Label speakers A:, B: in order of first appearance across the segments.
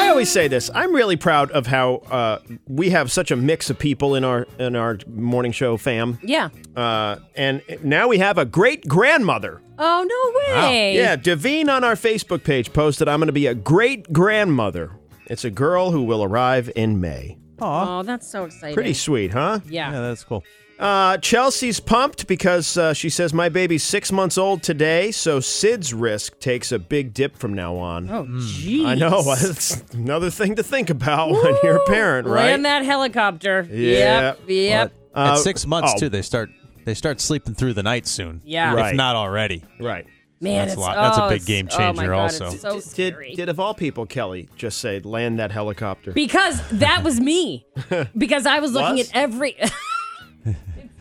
A: always say this. I'm really proud of how uh, we have such a mix of people in our in our morning show fam.
B: Yeah.
A: Uh, and now we have a great grandmother.
B: Oh no way.
A: Yeah, Devine on our Facebook page posted, "I'm going to be a great grandmother." It's a girl who will arrive in May.
B: Oh, that's so exciting.
A: Pretty sweet, huh?
B: Yeah.
C: Yeah, that's cool.
A: Uh, Chelsea's pumped because uh, she says, My baby's six months old today, so SIDS risk takes a big dip from now on.
B: Oh, jeez.
A: mm. I know. It's another thing to think about when you're a parent, right?
B: Land that helicopter.
A: Yeah.
B: Yep. Yep.
C: But at
A: Uh,
C: six months
A: oh.
C: too, they start they start sleeping through the night soon.
B: Yeah.
A: Right.
C: if not already.
A: Right.
B: Man,
C: That's a
B: it's,
C: lot- that's a
B: oh,
C: big
B: it's-
C: game
B: oh, my
C: changer
B: God,
C: also.
B: It's so
A: Did,
B: scary.
A: did, of all people, Kelly, just say, Land that helicopter.
B: because that was me. because I was looking
A: Was?
B: at every. it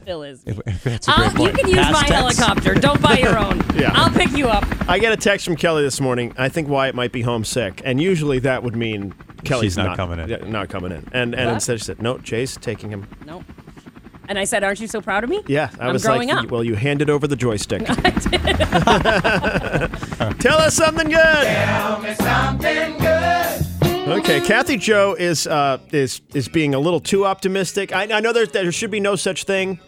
B: still is.
C: If- if that's a
B: I'll-
C: great
B: Ah, you
C: point.
B: can use
C: Past
B: my
C: tense.
B: helicopter. Don't buy your own.
A: Yeah.
B: I'll pick you up.
A: I get a text from Kelly this morning. I think Wyatt might be homesick, and usually that would mean Kelly's
C: She's not coming in.
A: yeah, Not coming in, and and
B: What?
A: instead she said, "No, Jay's taking him."
B: Nope. And I said, "Aren't you so proud of me?"
A: Yeah, I
B: I'm
A: was
B: growing
A: like,
B: up.
A: "Well, you handed over the joystick." Tell us something good. Okay, Kathy Joe is uh, is is being a little too optimistic. I, I know there there should be no such thing,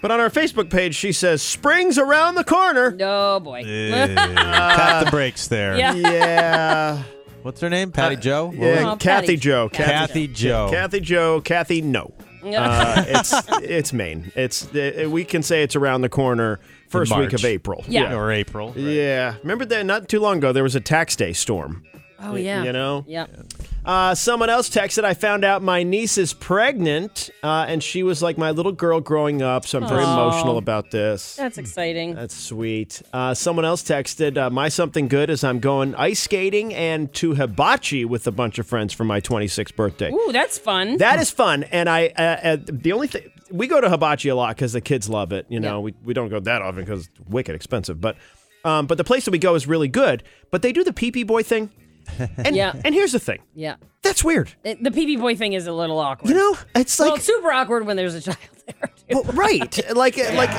A: but on our Facebook page she says spring's around the corner.
B: No Oh, boy.
C: Eh, tap the brakes there.
B: Yeah.
A: Yeah,
C: What's her name? Patty Joe?
A: yeah,
B: Oh,
A: Kathy
B: Patty.
A: Joe.
B: Kathy
C: Kathy Joe.
A: Kathy Joe, Kathy, no. Uh, it's it's Maine. It's uh we can say it's around the corner. First week
C: March.
A: of April.
B: Yeah.
C: Or April. right.
A: Yeah. Remember that not too long ago there was a tax day storm.
B: oh yeah.
A: you know?
B: Yeah.
A: Uh, someone else texted, I found out my niece is pregnant, uh, and she was like my little girl growing up, so I'm very emotional about this.
B: That's exciting.
A: That's sweet. Uh, someone else texted, uh, My something good is I'm going ice skating and to hibachi with a bunch of friends for my 26th birthday.
B: Ooh, that's fun.
A: That is fun, and I uh, uh, the only thing we go to hibachi a lot because the kids love it. You know,
B: Yeah.
A: we, we don't go that often because it's wicked expensive. But um, but the place that we go is really good. But they do the pee pee boy thing, and
B: Yeah.
A: and here's the thing,
B: yeah.
A: that's weird.
B: It- the pee pee boy thing is a little awkward.
A: You know, it's
B: well,
A: like
B: it's super awkward when there's a child there. too.
A: well, right, like like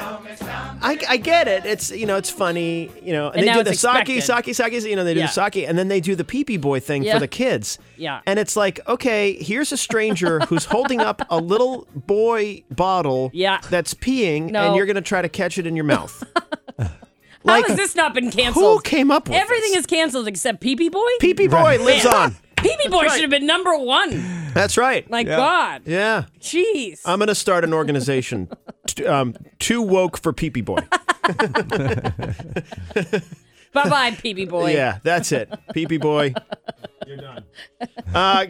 A: I, I get it. It's you know it's funny. You know, and,
B: And
A: they
B: now
A: do
B: it's
A: the sake
B: expected.
A: sake sake. You know, they do
B: Yeah.
A: the sake, and then they do the pee pee boy thing
B: Yeah.
A: for the kids.
B: Yeah.
A: and it's like okay, here's a stranger who's holding up a little boy bottle.
B: Yeah.
A: that's peeing,
B: No.
A: and you're gonna try to catch it in your mouth.
B: How
A: like
B: has this not been
A: who
B: canceled?
A: came up with
B: Everything is canceled except Pee Pee Boy.
A: pee pee boy lives on.
B: Pee Pee Boy
A: right.
B: should have been number one.
A: That's right.
B: My God.
A: yeah, Um,
B: Jeez.
A: I'm gonna start an organization. t- um, too woke for pee pee boy.
B: bye bye, Pee Pee Boy.
A: Yeah, that's it. Pee pee boy. You're done. Uh,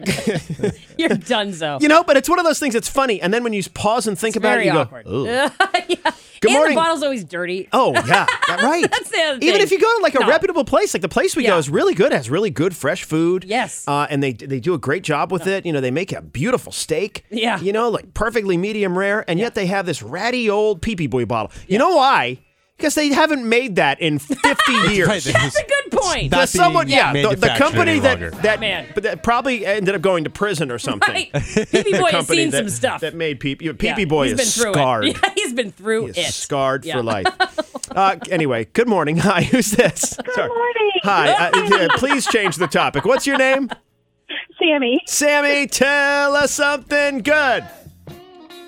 B: You're donezo.
A: you know, but it's one of those things that's funny, and then when you pause and think about it,
B: Very
A: you
B: awkward.
A: go, "Ooh."
B: yeah.
A: Good
B: and
A: morning.
B: the bottle's always dirty.
A: "Oh yeah, that- right."
B: That's the other
A: Even
B: thing.
A: if you go to like a
B: No.
A: reputable place, like the place we go
B: Yeah.
A: is really good, has really good fresh food.
B: Yes.
A: uh, and they they do a great job with it. You know, they make a beautiful steak.
B: Yeah.
A: you know, like perfectly medium rare, and yet they have this ratty old pee pee boy bottle. You know why? Because they haven't made that in 50 years.
C: Right,
B: That's a good point.
A: The
C: Not being
A: someone, yeah, the, the
C: manufactured
A: company
C: any
A: that
C: longer.
A: that,
B: Man.
A: but that probably ended up going to prison or something.
B: Right. Pee Pee Boy has
A: company
B: seen
A: that,
B: some stuff.
A: that made Pee Pee
B: Yeah,
A: Pee Boy
B: he's
A: is
B: been through
A: scarred.
B: It. Yeah, he's been through
A: He is
B: it.
A: scarred
B: Yeah.
A: for life. Uh, anyway, good morning. Hi, who's this? Sorry.
D: morning.
A: Hi. Uh, yeah, please change the topic. What's your name?
D: Sammy.
A: Sammy, tell us something good.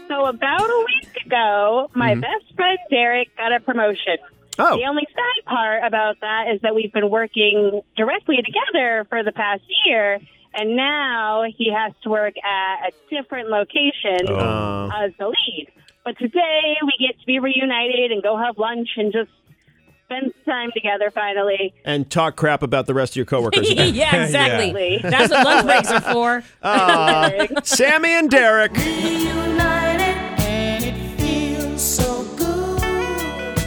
D: So about a week ago, my best friend Derek got a promotion.
A: Mm-hmm. Oh.
D: The only sad part about that is that we've been working directly together for the past year, and now he has to work at a different location
A: Oh.
D: as the lead. But today we get to be reunited and go have lunch and just spend some time together finally.
A: And talk crap about the rest of your coworkers.
B: yeah, exactly.
D: Yeah.
B: That's what lunch breaks are for.
A: Uh, Sammy and Derek.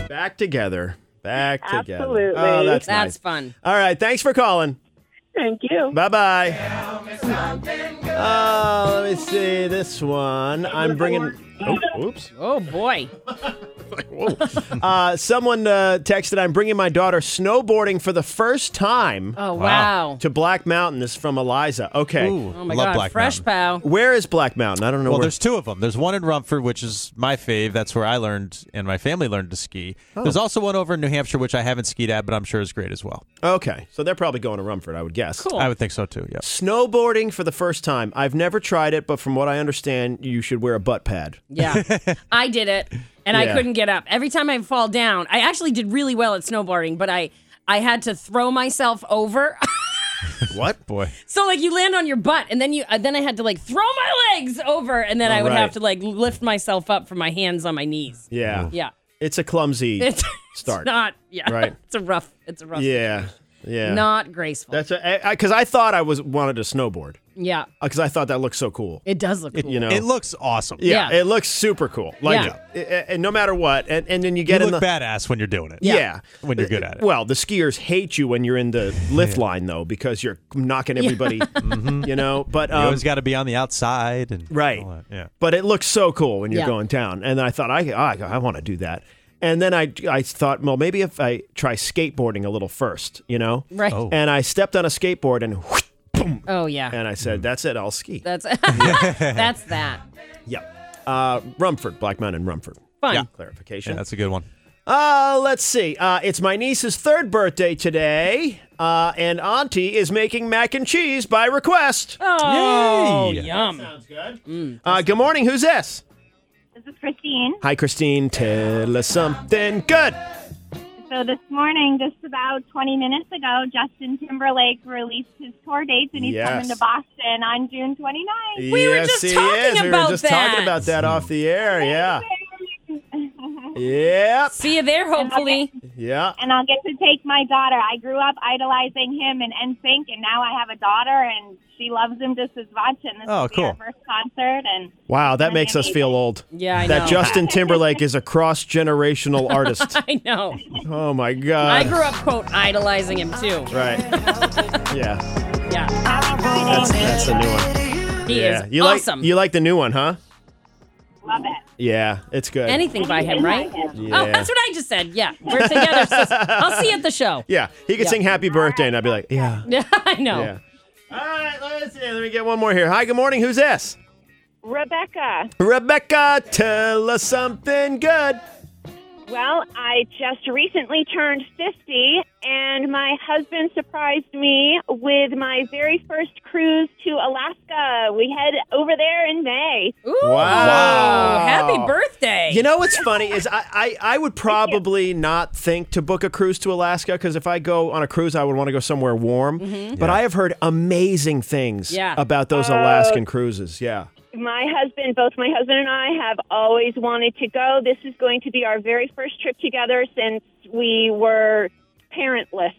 A: Back together. Back together.
D: Absolutely.
A: Oh, that's,
B: That's
A: nice.
B: fun.
A: All right. Thanks for calling.
D: Thank you.
A: Bye bye. Oh, let me see this one. I'm bringing. Oh, oops.
B: Oh boy.
A: Whoa. uh, someone uh, texted, I'm bringing my daughter snowboarding for the first time
B: Oh wow.
A: to Black Mountain. This is from Eliza. Okay.
C: Ooh,
B: Oh my
C: love
B: god.
C: Black
B: Fresh
C: Mountain.
B: Pow.
A: Where is Black Mountain? I don't know
C: Well,
A: where.
C: there's two of them. There's one in Rumford, which is my fave. That's where I learned and my family learned to ski. There's also one over in New Hampshire, which I haven't skied at, but I'm sure is great as well.
A: Okay. So they're probably going to Rumford, I would guess.
B: Cool.
C: I would think so too. Yeah.
A: Snowboarding for the first time. I've never tried it, but from what I understand, you should wear a butt pad.
B: Yeah. I did it and
A: Yeah.
B: I couldn't get up. Every time I fall down, I actually did really well at snowboarding, but I I had to throw myself over.
A: What?
C: Boy.
B: so like you land on your butt and then you uh, then I had to like throw my legs over and then I would
A: right.
B: have to like lift myself up from my hands on my knees.
A: Yeah.
B: Yeah.
A: It's a clumsy
B: It's,
A: start.
B: it's not yeah.
A: Right.
B: It's a rough it's a rough
A: yeah. Yeah.
B: not graceful.
A: That's a, I, I, cause I thought I was wanted to snowboard
B: yeah.
A: because I thought that looked so cool.
B: It does look cool.
A: you know,
C: It looks awesome.
A: yeah,
B: yeah.
A: it looks super cool. Like,
B: Yeah.
A: a- a- and no matter what, and, and then you
C: You
A: get in
C: look
A: the
C: badass when you're doing it.
A: yeah.
C: When you're good at it.
A: Well, the skiers hate you when you're in the lift line though because you're knocking everybody, you know. But
C: you
A: um,
C: always got to be on the outside and
A: right,
C: all that. Yeah.
A: but it looks so cool when you're
B: Yeah.
A: going down. And I thought I I, I want to do that. And then I, I thought, well, maybe if I try skateboarding a little first, you know?
B: Right.
C: Oh.
A: And I stepped on a skateboard and
B: Oh yeah.
A: and I said, that's it, I'll ski.
B: That's that's that.
A: yeah. Uh, Rumford, Black Mountain, Rumford.
B: Fun.
C: Yeah. Yeah,
A: Clarification.
C: that's a good one.
A: Uh, let's see. Uh, it's my niece's third birthday today, uh, and Auntie is making mac and cheese by request.
B: Oh,
C: Yay.
B: yum.
A: Sounds good. uh, good morning. Who's this?
D: This is Christine.
A: Hi, Christine. Tell us something good.
D: So this morning, just about 20 minutes ago, Justin Timberlake released his tour dates, and he's
A: Yes.
D: coming to Boston on June 29th.
B: We were
A: yes,
B: just
A: he
B: talking
A: is. We were
B: about
A: just
B: that.
A: talking about that off the air. Yeah. Yep.
B: See you there, hopefully.
A: Yeah.
D: and I'll get to take my daughter. I grew up idolizing him and NSYNC, and now I have a daughter, and she loves him just as much. And this
C: Oh,
D: will be
C: cool.
D: our first concert, and
A: Wow, that makes us feel old.
B: Yeah, I
A: That
B: know.
A: Justin Timberlake is a cross generational artist.
B: I know.
A: Oh my
B: I
A: God.
B: grew up, quote, idolizing him too.
A: Right. Yeah.
B: Yeah.
A: That's that's a new one.
B: He
A: Yeah.
B: is
A: You like
B: awesome.
A: you like the new one, huh?
D: love it.
A: Yeah, it's good.
B: Anything by him, right?
A: Yeah.
B: Oh, that's what I just said. Yeah. We're together. sis. I'll see you at the show.
A: yeah, he could
B: Yeah.
A: sing "Happy Birthday" and I'd be like, "Yeah,
B: Yeah, I know.
A: yeah." All right, let's see. Let me get one more here. Hi, good morning. Who's this?
D: Rebecca.
A: Rebecca, tell us something good.
D: Well, I just recently turned 50, and my husband surprised me with my very first cruise to Alaska. We head over there in May.
B: Ooh,
A: Wow.
B: Happy birthday.
A: You know what's funny is I, I, I would probably not think to book a cruise to Alaska because if I go on a cruise, I would want to go somewhere warm. But I have heard amazing things
B: Mm-hmm. Yeah. Oh.
A: about those Alaskan cruises. Yeah.
D: My husband, both my husband and I, have always wanted to go. This is going to be our very first trip together since we were parentless.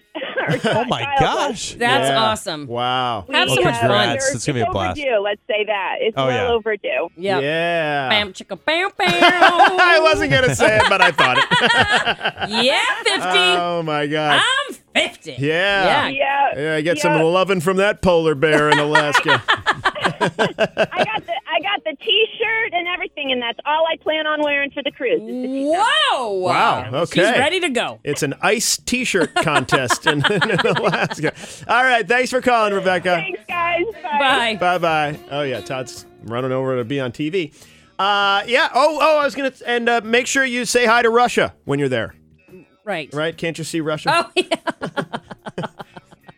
C: Oh my gosh.
B: that's
A: Yeah.
B: awesome.
A: Wow.
B: Have so
C: Oh,
B: much fun.
C: congrats. It's gonna be a blast.
D: Overdue, let's say that it's
C: Oh,
D: well
C: yeah.
D: overdue.
B: Yeah.
A: Yeah.
B: Bam, chicka, bam, bam.
A: I wasn't going to say it, but I thought it.
B: Yeah, 50.
A: oh, my God.
B: I'm 50.
A: Yeah.
B: Ah. Yeah.
D: Yeah,
A: Yeah, I get
D: yeah.
A: some loving from that polar bear in Alaska.
D: I got the I got the T-shirt and everything, and that's all I plan on wearing for the cruise. is
B: Mm.
D: the t-shirt.
B: Whoa.
A: Wow,
B: She's
A: okay.
B: ready to go.
A: it's an ice t shirt contest in, in Alaska. All right. Thanks for calling, Rebecca.
D: Thanks, guys.
B: Bye.
A: Bye bye. Oh yeah, Todd's running over to be on TV. Uh, yeah. Oh, oh, I was gonna and uh, make sure you say hi to Russia when you're there.
B: Right.
A: Right? Can't you see Russia?
B: Oh, yeah.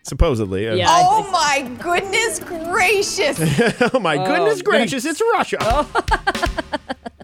A: Supposedly.
B: Yeah.
E: Oh my goodness gracious!
A: oh my goodness gracious! It's Russia.